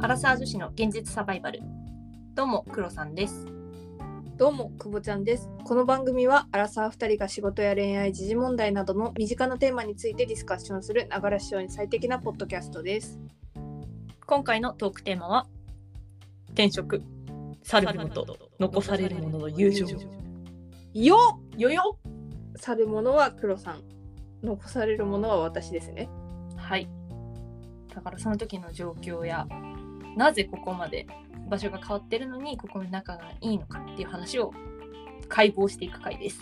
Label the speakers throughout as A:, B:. A: アラサー女子の現実サバイバルどうもクロさんです
B: どうも、くぼちゃんです。この番組は、アラサー2人が仕事や恋愛、時事問題などの身近なテーマについてディスカッションする、ながら視聴に最適なポッドキャストです。
A: 今回のトークテーマは転職去るものと残されるものの友情
B: よ
A: よよ
B: っ去るものは黒さん、残されるものは私ですね。
A: はいだからその時の状況やなぜここまで場所が変わってるのにここの仲がいいのかっていう話を解剖していく回です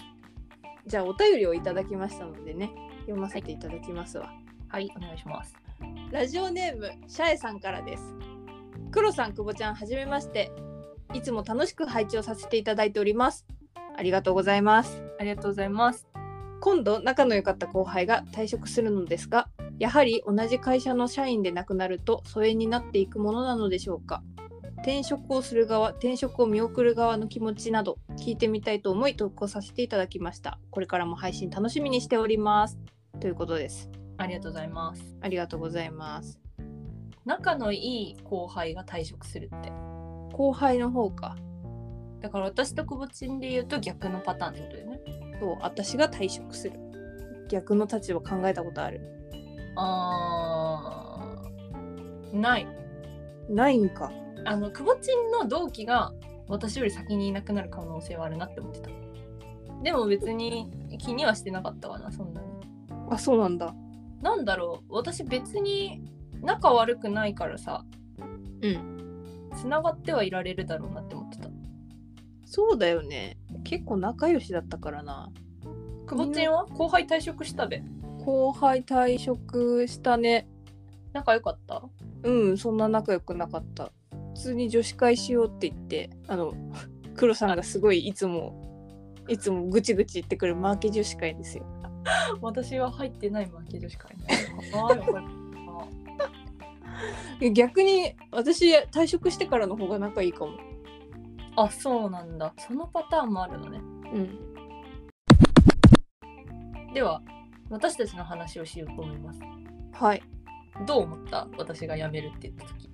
B: じゃあ、お便りをいただきましたのでね、読ませていただきますわ。
A: はいお願いします
B: ラジオネームシャエさんからです。黒さん、久保ちゃん、はじめまして。いつも楽しく配置をさせていただいております。ありがとうございます。
A: ありがとうございます
B: 今度仲の良かった後輩が退職するのですが、やはり同じ会社の社員で亡くなると疎遠になっていくものなのでしょうか。転職をする側、転職を見送る側の気持ちなど聞いてみたいと思い投稿させていただきました。これからも配信楽しみにしております。ということです。
A: ありがとうございます
B: ありがとうございます。
A: 仲のいい後輩が退職するって
B: 後輩の方か。
A: だから私と久保ちんで言うと逆のパターンってことだよね。
B: そう私が退職する逆の立場考えたことある
A: あーない。
B: ないんか
A: あの久保ちんの同期が私より先にいなくなる可能性はあるなって思ってた。でも別に気にはしてなかったかなそんなに。
B: あそうなんだ
A: なんだろう私別に仲悪くないからさ
B: うん
A: 繋がってはいられるだろうなって思ってた。
B: そうだよね結構仲良しだったからな
A: 久保ちんは後輩退職したべ。
B: 後輩退職したね
A: 仲良かった
B: うんそんな仲良くなかった普通に女子会しようって言ってあの 黒さんがすごいいつもいつもぐちぐち言ってくるマーケ女子会ですよ
A: 私は入ってないマーケ女子会ね。あーよかった
B: いや逆に私退職してからの方が仲いいかも
A: あそうなんだそのパターンもあるのね
B: うん
A: では私たちの話をしようと思います
B: はい
A: どう思った私が辞めるって言った時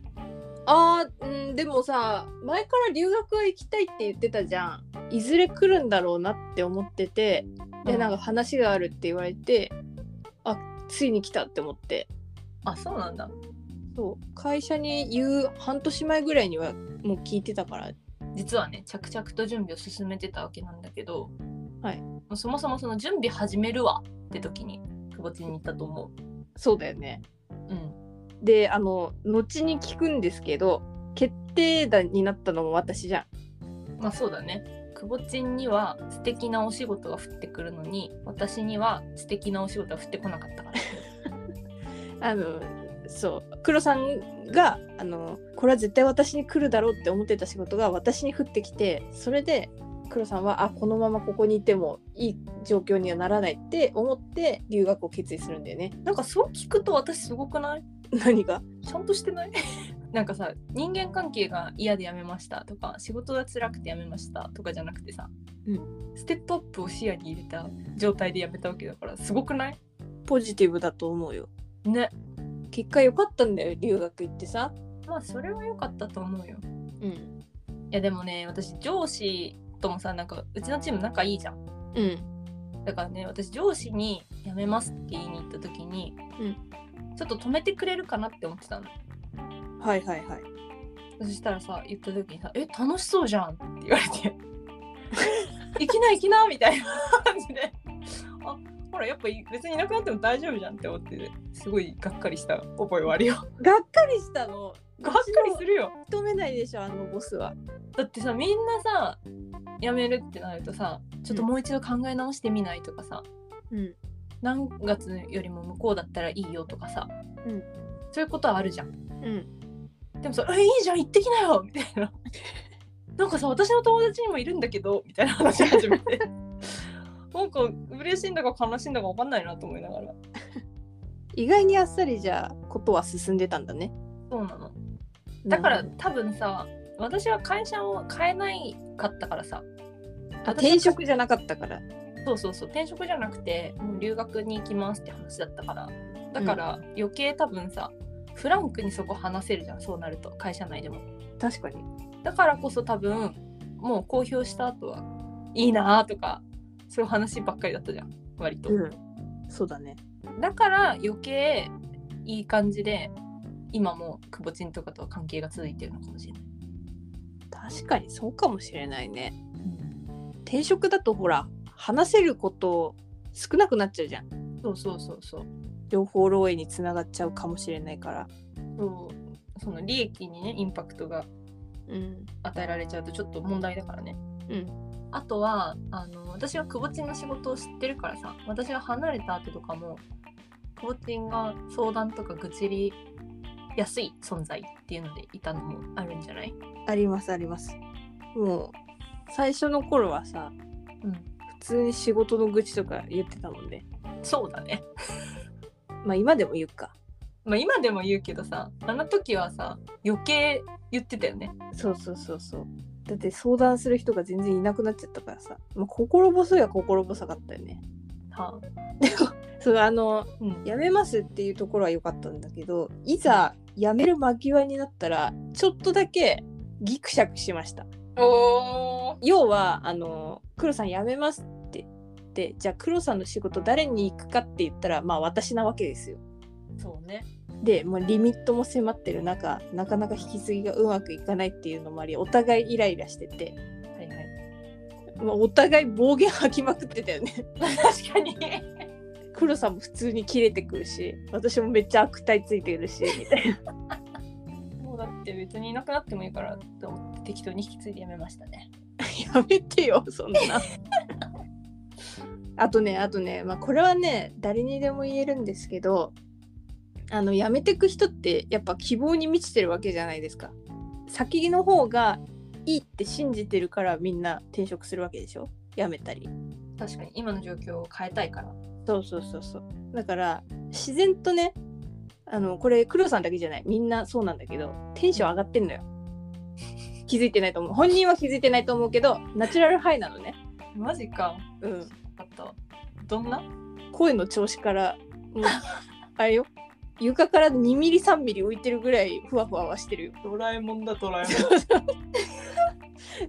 B: あーうんでもさ前から留学は行きたいって言ってたじゃんいずれ来るんだろうなって思っててでなんか話があるって言われてあついに来たって思って
A: あそうなんだ
B: そう会社に言う半年前ぐらいにはもう聞いてたから
A: 実はね着々と準備を進めてたわけなんだけど、
B: はい
A: もうそもそもその準備始めるわって時に久保ちんに言ったと思
B: そうだよね
A: ううん
B: であの後に聞くんですけど決定打になったのも私じゃん
A: まあそうだね久保ちんには素敵なお仕事が降ってくるのに私には素敵なお仕事が降ってこなかったから
B: あのそう黒さんがあのこれは絶対私に来るだろうって思ってた仕事が私に降ってきてそれで黒さんはあこのままここにいてもいい状況にはならないって思って留学を決意するんだよね。
A: なんかそう聞くと私すごくない
B: 何が
A: ちゃんとしてない なんかさ人間関係が嫌で辞めましたとか仕事が辛くて辞めましたとかじゃなくてさ、
B: う
A: ステップアップを視野に入れた状態で辞めたわけだからすごくない
B: ポジティブだと思うよ。
A: ね
B: 結果良かったんだよ留学行ってさ。
A: まあそれは良かったと思うよい
B: うん。
A: やでもね私上司ともさなんかうちのチーム仲いいじゃん
B: うん。
A: だからね私上司に辞めますって言いに行った時に、ちょっと止めてくれるかなって思ってたの
B: はいはいはい。
A: そしたらさ言った時にさ「え楽しそうじゃん」って言われて「行きな行きな」みたいな感じであほらやっぱ別にいなくなっても大丈夫じゃんって思ってすごいがっかりした覚えはあるよ
B: がっかりしたの。
A: がっかりするよ
B: 認めないでしょあのボスは。
A: だってさみんなさ辞めるってなるとさちょっともう一度考え直してみないとかさ、
B: うん。
A: 何月よりも向こうだったらいいよとかさ、
B: うん
A: そういうことはあるじゃん
B: うん。
A: でもさ「えいいじゃん行ってきなよ」みたい な「なんかさ私の友達にもいるんだけど」みたいな話し始めて なんか嬉しいんだか悲しいんだか分かんないなと思いながら
B: 意外にあっさりじゃあことは進んでたんだね。
A: そうなのだから多分さ私は会社を変えないかったからさ
B: あ転職じゃなかったから。
A: そうそうそう転職じゃなくてもう留学に行きますって話だったからだから余計多分さ、フランクにそこ話せるじゃんそうなると会社内でも
B: 確かに
A: だからこそ多分もう公表した後はいいなーとかそういう話ばっかりだったじゃん割と、
B: うんそうだね
A: だから余計いい感じで今もくぼちんとかとは関係が続いてるのかもしれない、
B: 確かにそうかもしれないね転職だとほら話せること少なくなっちゃうじゃん
A: そうそうそうそう
B: 情報漏洩につながっちゃうかもしれないから
A: そうその利益にねインパクトが
B: うん
A: 与えられちゃうとちょっと問題だからね
B: うん
A: あとはあの私はくぼちんの仕事を知ってるからさ私が離れた後とかもくぼちんが相談とか愚痴りやすい存在っていうのでいたのもあるんじゃない、
B: ありますありますもう最初の頃はさ
A: うん、
B: 普通に仕事の愚痴とか言ってたもんね
A: そうだね、
B: まあ今でも言うか
A: まあ、今でも言うけどさあの時はさ余計言ってたよね
B: そうそうそうそうだって相談する人が全然いなくなっちゃったからさ、まあ、心細いは心細かったよね
A: はあ
B: そうあの
A: うん、
B: 辞めますっていうところは良かったんだけどいざ辞める間際になったらちょっとだけギクシャクしました
A: おー
B: 要はあの黒さん辞めますって言ってじゃあ黒さんの仕事誰に行くかって言ったらまあ私なわけですよ
A: そうね
B: でもうリミットも迫ってる中なかなか引き継ぎがうまくいかないっていうのもありお互いイライラしてて、
A: はいはい
B: まあ、お互い暴言吐きまくってたよね
A: 確かに
B: 黒さんも普通に切れてくるし私もめっちゃ悪態ついてるしみたいな
A: もうだって別にいなくなってもいいからと思って適当に引き継いでやめましたね
B: やめてよそ んなあとねあとね、まあ、これはね誰にでも言えるんですけどあの辞めてく人ってやっぱ希望に満ちてるわけじゃないですか先の方がいいって信じてるからみんな転職するわけでしょ辞めたり
A: 確かに今の状況を変えたいから
B: そうそうそうそうだから自然とねあのこれ黒さんだけじゃないみんなそうなんだけどテンション上がってんのよ気づいてないと思う本人は気づいてないと思うけどナチュラルハイなのね
A: マジか
B: うん
A: あったどんな
B: 声の調子からもうあれよ床から2ミリ3ミリ浮いてるぐらいふわふわはしてるよ
A: ドラえもんだドラえ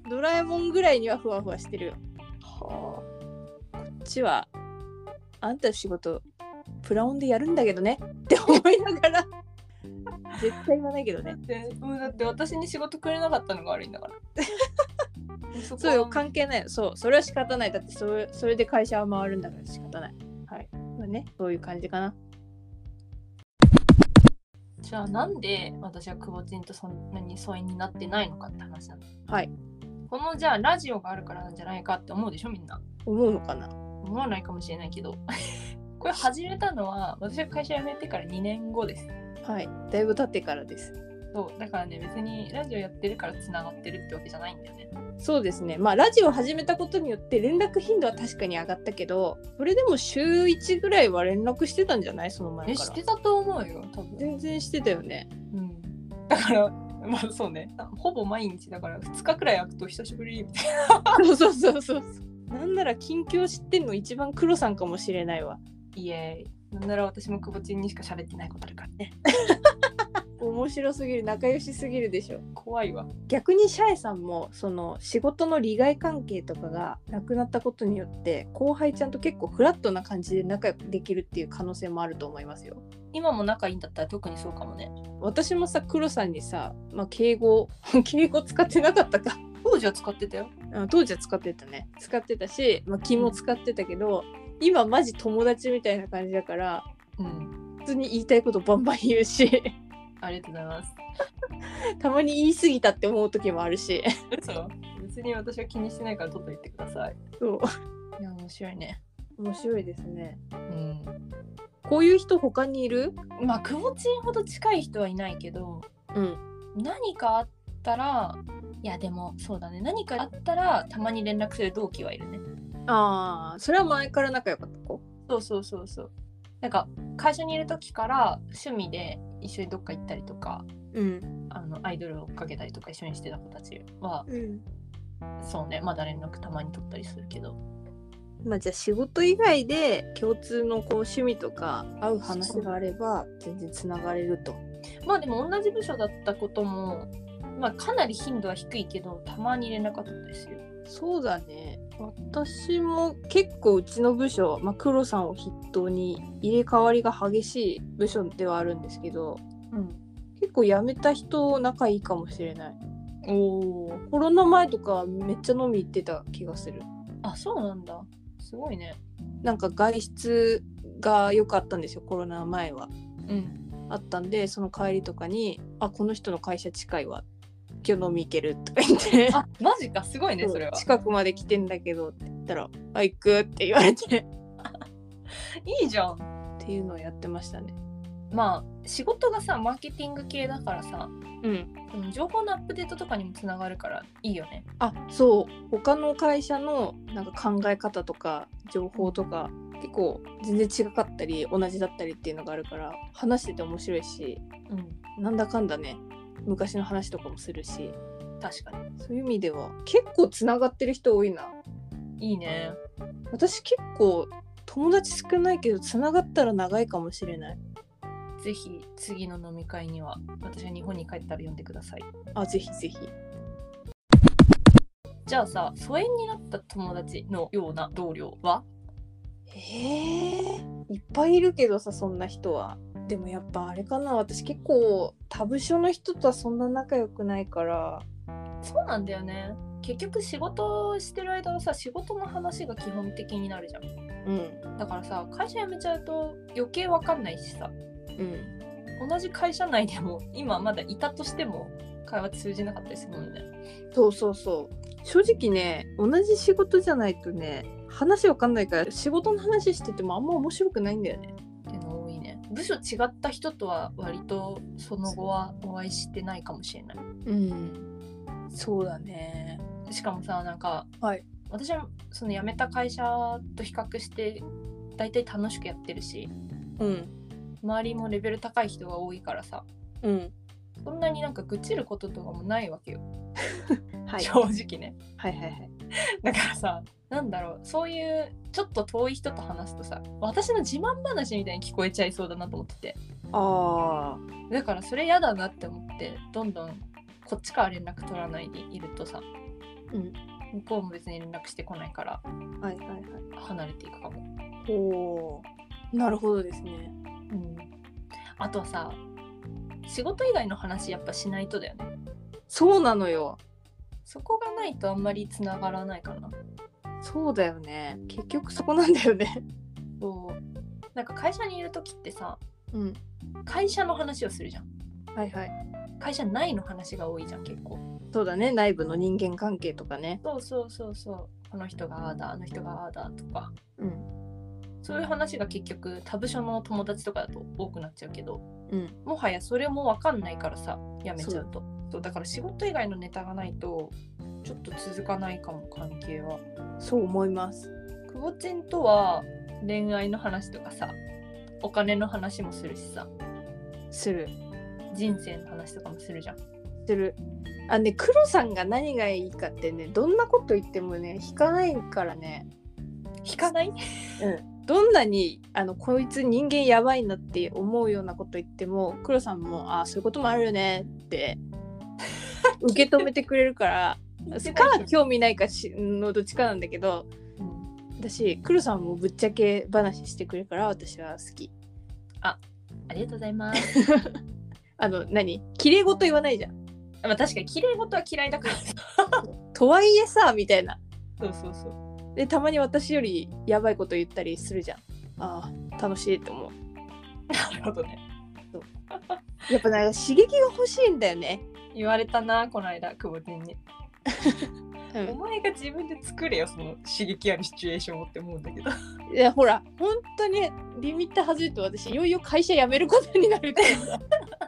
B: ドラえもんぐらいにはふわふわしてるよ
A: もんは
B: こっちはあんたの仕事プラオンでやるんだけどねって思いな がら絶対言わないけどね
A: あでもうだって私に仕事くれなかったのが悪いんだから そこ
B: そ
A: は
B: うよ関係ないよそうそれは仕方ないだってそれそれで会社は回るんだから仕方ないはいまあねそういう感じかな
A: じゃあなんで私はくぼちんとそんなに疎遠になってないのかって話なの
B: はい
A: このじゃあラジオがあるからなんじゃないかって思うでしょみんな
B: 思うのかな
A: 思わないかもしれないけど これ始めたのは私が会社辞めてから2年後です
B: はいだいぶ経ってからです
A: そうだからね別にラジオやってるからつながってるってわけじゃないんだよね
B: そうですねまあラジオを始めたことによって連絡頻度は確かに上がったけどそれでも週1ぐらいは連絡してたんじゃないその前
A: え
B: か
A: し
B: ら
A: てたと思うよ多分
B: 全然してたよね
A: うんだからまあそうねほぼ毎日だから2日くらい空くと久しぶりみたい
B: そうそうそうそうそうなんなら近況知ってんの一番黒さんかもしれないわ
A: なイエーイなんなら私もくぼちんにしか喋ってないことあるからね
B: 面白すぎる仲良しすぎるでしょ
A: 怖いわ
B: 逆にシャエさんもその仕事の利害関係とかがなくなったことによって後輩ちゃんと結構フラットな感じで仲良くできるっていう可能性もあると思いますよ。
A: 今も仲いいんだったら特にそうかもね
B: 私もさ黒さんにさ、まあ、敬語 敬語使ってなかったか
A: 当時は使ってたよ
B: うん当時は使ってたね使ってたし、まあ、君も使ってたけど、今マジ友達みたいな感じだから
A: うん
B: 普通に言いたいことバンバン言うし
A: ありがとうございます
B: たまに言い過ぎたって思う時もあるし
A: 嘘別に私は気にしてないからどんどん言ってください
B: そう
A: いや面白いね
B: 面白いですね
A: うん
B: こういう人他にいる
A: まあくぼちんほど近い人はいないけど
B: うん
A: 何かあったらいやでもそうだね何かあったらたまに連絡する同期はいるね
B: ああそれは前から仲良かった子
A: そうそうそうそうなんか会社にいる時から趣味で一緒にどっか行ったりとか
B: うん、
A: あのアイドルを追っかけたりとか一緒にしてた子たちは
B: うん、
A: そうねまだ連絡たまに取ったりするけど
B: まあじゃあ仕事以外で共通のこう趣味とか合う話があれば全然つながれると
A: まあでも同じ部署だったことも、まあ、かなり頻度は低いけどたまに連絡あったんですよ。
B: そうだね私も結構うちの部署、まあ、黒さんを筆頭に入れ替わりが激しい部署ではあるんですけど
A: うん、
B: 結構辞めた人仲いいかもしれない
A: おお
B: コロナ前とかめっちゃ飲み行ってた気がする
A: あそうなんだすごいね。
B: なんか外出が良かったんですよコロナ前は
A: うん、
B: あったんでその帰りとかに「あこの人の会社近いわ今日飲み行ける」とか言って
A: あマジかすごい ねそれは。
B: 近くまで来てんだけどって言ったら「あ行く」って言われて
A: いいじゃん。
B: っていうのをやってましたね
A: まあ仕事がさマーケティング系だからさ
B: うん
A: その情報のアップデートとかにもつながるからいいよね。
B: あそう他の会社のなんか考え方とか情報とか結構全然違かったり同じだったりっていうのがあるから話してて面白いし
A: うん
B: なんだかんだね昔の話とかもするし
A: 確か
B: そういう意味では結構つながってる人多いな
A: にいいね。
B: 私結構友達少ないけどつながったら長いかもしれない
A: ぜひ次の飲み会には私は日本に帰ったら呼んでください。
B: あぜひぜひ
A: じゃあさ疎遠になった友達のような同僚は
B: へえいっぱいいるけどさそんな人はでもやっぱあれかな私結構他部署の人とはそんな仲良くないから
A: そうなんだよね結局仕事をしてる間はさ仕事の話が基本的になるじゃん
B: うん
A: だからさ会社辞めちゃうと余計わかんないしさ
B: うん
A: 同じ会社内でも今まだいたとしても会話通じなかったりするもんね
B: そうそうそう正直ね同じ仕事じゃないとね話わかんないから仕事の話しててもあんま面白くないんだよね
A: っていうの多いね部署違った人とは割とその後はお会いしてないかもしれない
B: うんそうだね
A: しかもさなんか、
B: はい
A: 私はその辞めた会社と比較して大体楽しくやってるし
B: うん
A: 周りもレベル高い人が多いからさ
B: うん
A: そんなになんか愚痴ることとかもないわけよ、
B: はい
A: 正直ね
B: はいはいはい
A: だからさなんだろうそういうちょっと遠い人と話すとさ私の自慢話みたいに聞こえちゃいそうだなと思ってて
B: あ
A: だからそれ嫌だなって思ってどんどんこっちから連絡取らないでいるとさ、
B: うん
A: 向こうも別に連絡してこないから
B: あはいはいはい
A: 離れていくかも、
B: おーなるほどですね
A: うん、あとはさ仕事以外の話やっぱしないとだよね
B: そうなのよ
A: そこがないとあんまりつながらないかな
B: そうだよね結局そこなんだよね
A: そうなんか会社にいる時ってさ
B: うん
A: 会社の話をするじゃん
B: はいはい
A: 会社内の話が多いじゃん結構
B: そうだね内部の人間関係とかね
A: そうそうそうそうこの人がああだあの人がああだとか
B: うん
A: そういう話が結局他部署の友達とかだと多くなっちゃうけど
B: うん
A: もはやそれも分かんないからさやめちゃうとそうだから仕事以外のネタがないとちょっと続かないかも関係は
B: そう思います
A: くぼちんとは恋愛の話とかさお金の話もするしさ
B: する
A: 人生の話とかもするじゃん
B: するあね黒さんが何がいいかってねどんなこと言ってもね引かないからね
A: 引かない
B: うんどんなにあのこいつ人間やばいなって思うようなこと言っても黒さんもあーそういうこともあるよねって受け止めてくれるからか興味ないかしのどっちかなんだけど
A: うん
B: 私クルさんもぶっちゃけ話してくれるから私は好き
A: ありがとうございます
B: あの何綺麗事言わないじゃん
A: まあ確かに綺麗事は嫌いだからさ
B: とはいえさみたいな
A: そうそうそう
B: でたまに私よりやばいこと言ったりするじゃんあー楽しいと思う
A: なるほどね
B: やっぱなんか刺激が欲しいんだよね、
A: 言われたなこの間久保君に、
B: う
A: お前が自分で作れよその刺激あるシチュエーションをって思うんだけど
B: ん、いやほら本当にリミッター外れると私いよいよ会社辞めることになるから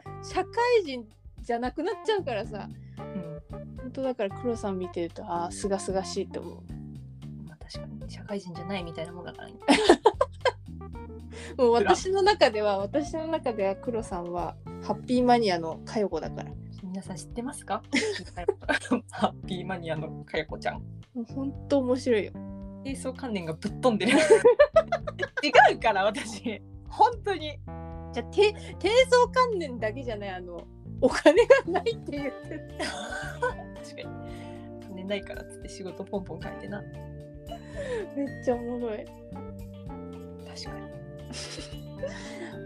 B: さ社会人じゃなくなっちゃうからさ
A: うん
B: 本当だからクロさん見てるとああすがすがしいと思う
A: まあ確かに社会人じゃないみたいなもんだからね
B: もう私の中では私の中では黒さんはハッピーマニアの佳代子だからも
A: 皆さん知ってますか ハッピーマニアのかやこちゃん
B: う本当面白いよ
A: 清 掃関連がぶっ飛んでる違うから私本当に
B: じゃあて低層観念だけじゃないあのお金がないって言ってる
A: 確かに金ないからっつって仕事ポンポン書いてな
B: めっちゃおもろい
A: 確かに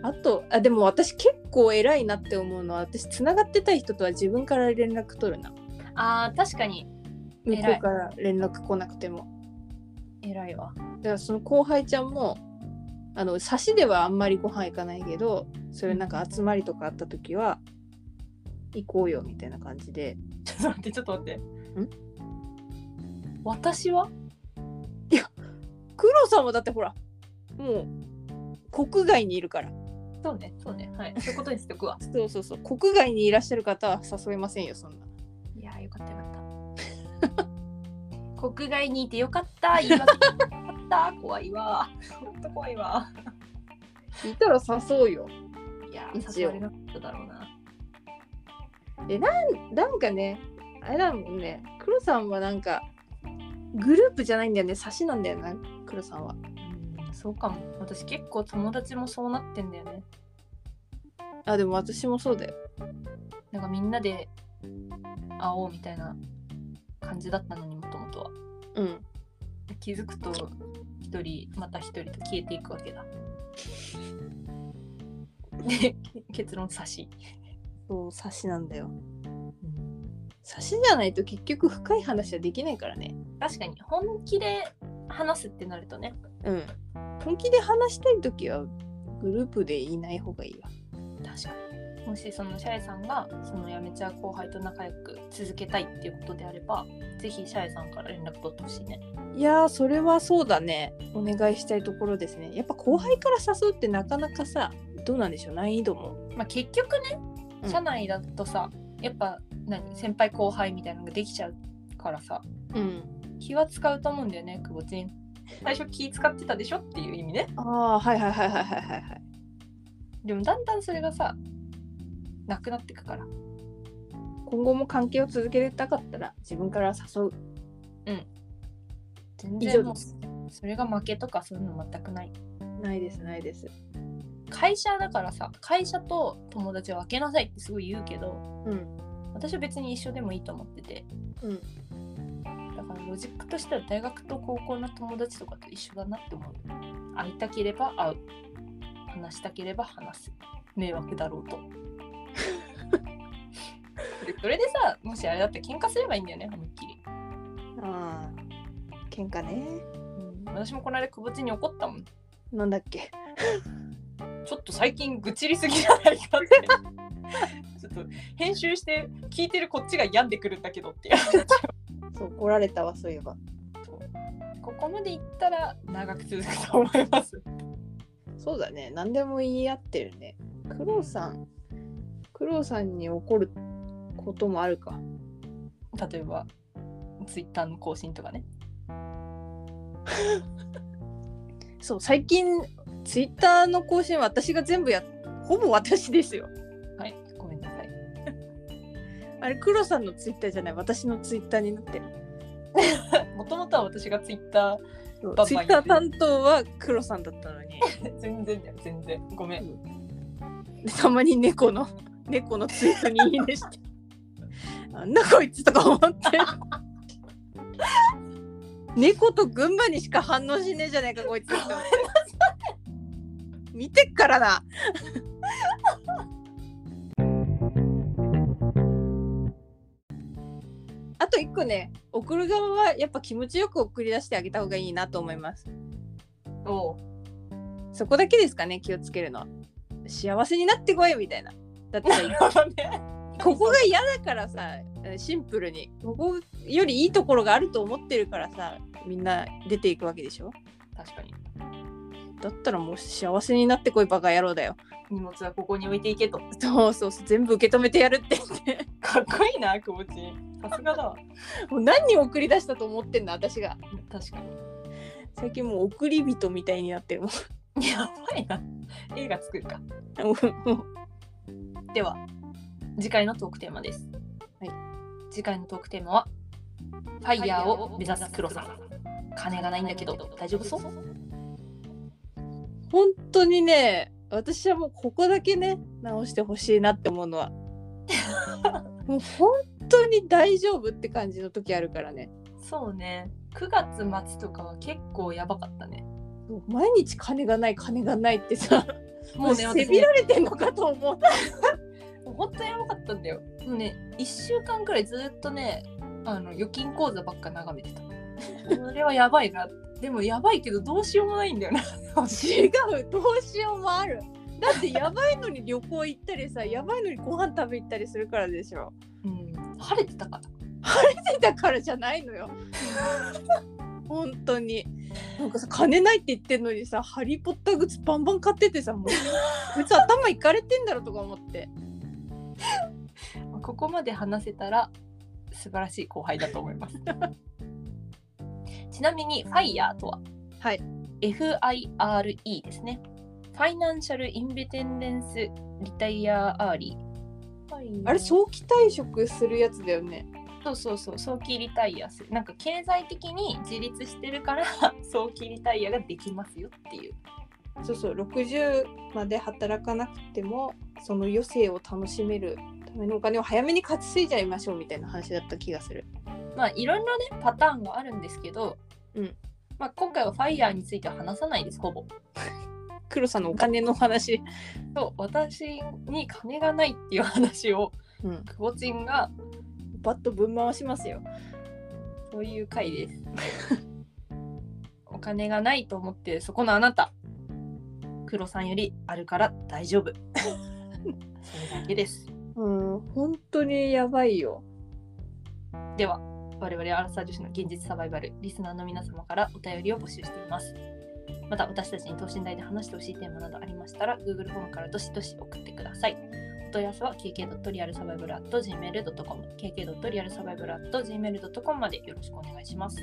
B: あとあでも私結構偉いなって思うのは私つながってたい人とは自分から連絡取るな
A: あー確かに
B: 向
A: 偉い
B: こうから連絡来なくても
A: 偉いわ
B: だからその後輩ちゃんもあの差しではあんまりご飯行かないけどそういうなんか集まりとかあった時は行こうよみたいな感じで
A: ちょっと待ってちょっと待って私は
B: 黒さんはだってほらもう国外にいるから
A: そうねそうねはいそういうことにしとく わ
B: そうそうそう国外にいらっしゃる方は誘いませんよそんない
A: やーよかったよか った国外にいてよかった言い訳よかった怖いわほんと怖いわ
B: いたら誘うよ
A: いや
B: 一応
A: ー誘われなかっただろうな
B: なんかねあれだもんね黒さんはなんかグループじゃないんだよね差しなんだよな黒さんは
A: うんそうかも私結構友達もそうなってんだよね
B: あでも私もそうだよ
A: なんかみんなで会おうみたいな感じだったのにもともとは
B: うん
A: 気づくと一人また一人と消えていくわけ だで結論差し、
B: そう差しなんだよ差しじゃないと結局深い話はできないからね
A: 確かに本気で話すってなるとね
B: うん本気で話したい時はグループでいない方がいいわ
A: 確かにもしそのシャエさんがそのやめちゃう後輩と仲良く続けたいっていうことであればぜひシャエさんから連絡取ってほしいね
B: いやーそれはそうだねお願いしたいところですねやっぱ後輩から誘うってなかなかさどうなんでしょう難易度も
A: まあ結局ね
B: うん
A: 社内だとさ、やっぱ何先輩後輩みたいなのができちゃうからさ
B: うん
A: 気は使うと思うんだよね、くぼちん。最初気使ってたでしょっていう意味ね。
B: ああはいはいはいはいはいはいはい
A: でもだんだんそれがさ、なくなってくから。
B: 今後も関係を続けたかったら自分から誘う
A: 全
B: 以上
A: 然もう
B: です
A: それが負けとかそういうの全くない。
B: ないですないです
A: 会社だからさ、会社と友達は分けなさいってすごい言うけど、
B: うん
A: 私は別に一緒でもいいと思ってて。
B: うん
A: だからロジックとしては大学と高校の友達とかと一緒だなって思う。会いたければ会う。話したければ話す。迷惑だろう と。でそれでさ、もしあれだったら喧嘩すればいいんだよね、思いっきり。
B: ああ喧嘩ね
A: 私もこの間、くぼちに怒ったもん。
B: なんだっけ
A: ちょっと最近愚痴りすぎじゃないか って。ちょっと編集して聞いてるこっちが病んでくるんだけどって。
B: そう怒られたわそういえば
A: ここまでいったら長く続くと思います。
B: そうだね何でも言い合ってるねクロウさんクロウさんに怒ることもあるか
A: 例えばツイッターの更新とかね
B: そう最近ツイッターの更新は私が全部やほぼ私ですよ
A: はいごめんなさい
B: あれクロウさんのツイッターじゃない私のツイッターになってる
A: もともとは私がツイッタ
B: そう
A: バン
B: ツイ
A: バン
B: ッタ
A: やっ
B: ー
A: てる
B: 担当はクロウさんだったのに
A: ー全然だよ全然ごめん
B: でたまに猫の 猫のツイートにいいねしてなんだこいつとか思って 猫と群馬にしか反応しねえじゃねえかこいつって思って見てっからなあと一個ね送る側はやっぱ気持ちよく送り出してあげた方がいいなと思います
A: おう
B: そこだけですかね気をつけるのは幸せになってこいみたいなだったらいいここが嫌だからさシンプルにここよりいいところがあると思ってるからさみんな出ていくわけでしょ
A: 確かに
B: だったらもう幸せになってこいバカ野郎だよ
A: 荷物はここに置いていけと
B: そうそうそう全部受け止めてやるって言って
A: かっこいいなくぼちんさすがだわ
B: もう何人送り出したと思ってんの私が
A: 確か
B: 最近もう送り人みたいになってるも
A: にやばいな映画作るか
B: ん
A: では次回のトークテーマです、
B: はい、
A: 次回のトークテーマはファイヤーを目指す黒さん金がないんだけど大丈夫そう
B: 本当にね私はもうここだけね直してほしいなって思う のはもう本当に大丈夫って感じの時あるからね
A: そうね9月末とかは結構やばかったね
B: もう毎日金がない金がないってさ
A: もうね
B: せ
A: 私
B: び
A: ね
B: られてんのかと思った
A: 本当にやばかったんだよもうね1週間くらいずっとねあの預金口座ばっか眺め てたこれはやばいなでもやばいけどどう しようもないんだよな
B: 違うどうしようもあるだってやばいのに旅行行ったりさやばいのにご飯食べ行ったりするからでしょ
A: うん晴れてたから
B: だからじゃないのよ 本当になんかさ金ないって言ってんのにさハリー・ポッターグッズバンバン買っててさもうこいつ頭いかれてんだろとか思って
A: ここまで話せたら素晴らしい後輩だと思います ちなみに FIRE とは
B: はい
A: FIRE ですねファイナンシャルインベテンデンスリタイアアーリー
B: あれ早期退職するやつだよね
A: そうそうそう早期リタイアするなんか経済的に自立してるから 早期リタイアができますよっていう
B: そうそう60まで働かなくてもその余生を楽しめるためのお金を早めに稼いじゃいましょうみたいな話だった気がする
A: まあいろいろねパターンがあるんですけど、
B: うん
A: まあ、今回は FIRE については話さないですほぼ
B: 黒さんのお金の話
A: そう私に金がないっていう話を
B: うん
A: くぼちんが
B: バッとぶん回しますよ
A: そういう回ですお金がないと思ってるそこのあなた黒さんよりあるから大丈夫それだけです
B: うん本当にやばいよ
A: では我々アラサー女子の現実サバイバルリスナーの皆様からお便りを募集していますまた私たちに等身大で話してほしいテーマなどありましたら Google フォームからどしどし送ってくださいお問い合わせは kk.realsurvival.gmail.com kk.realsurvival.gmail.com までよろしくお願いします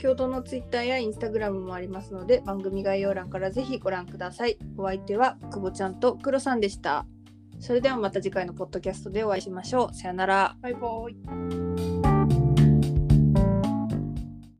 B: 共同のツイッターやインスタグラムもありますので番組概要欄からぜひご覧くださいお相手は久保ちゃんと黒さんでしたそれではまた次回のポッドキャストでお会いしましょうさよなら
A: バイバイ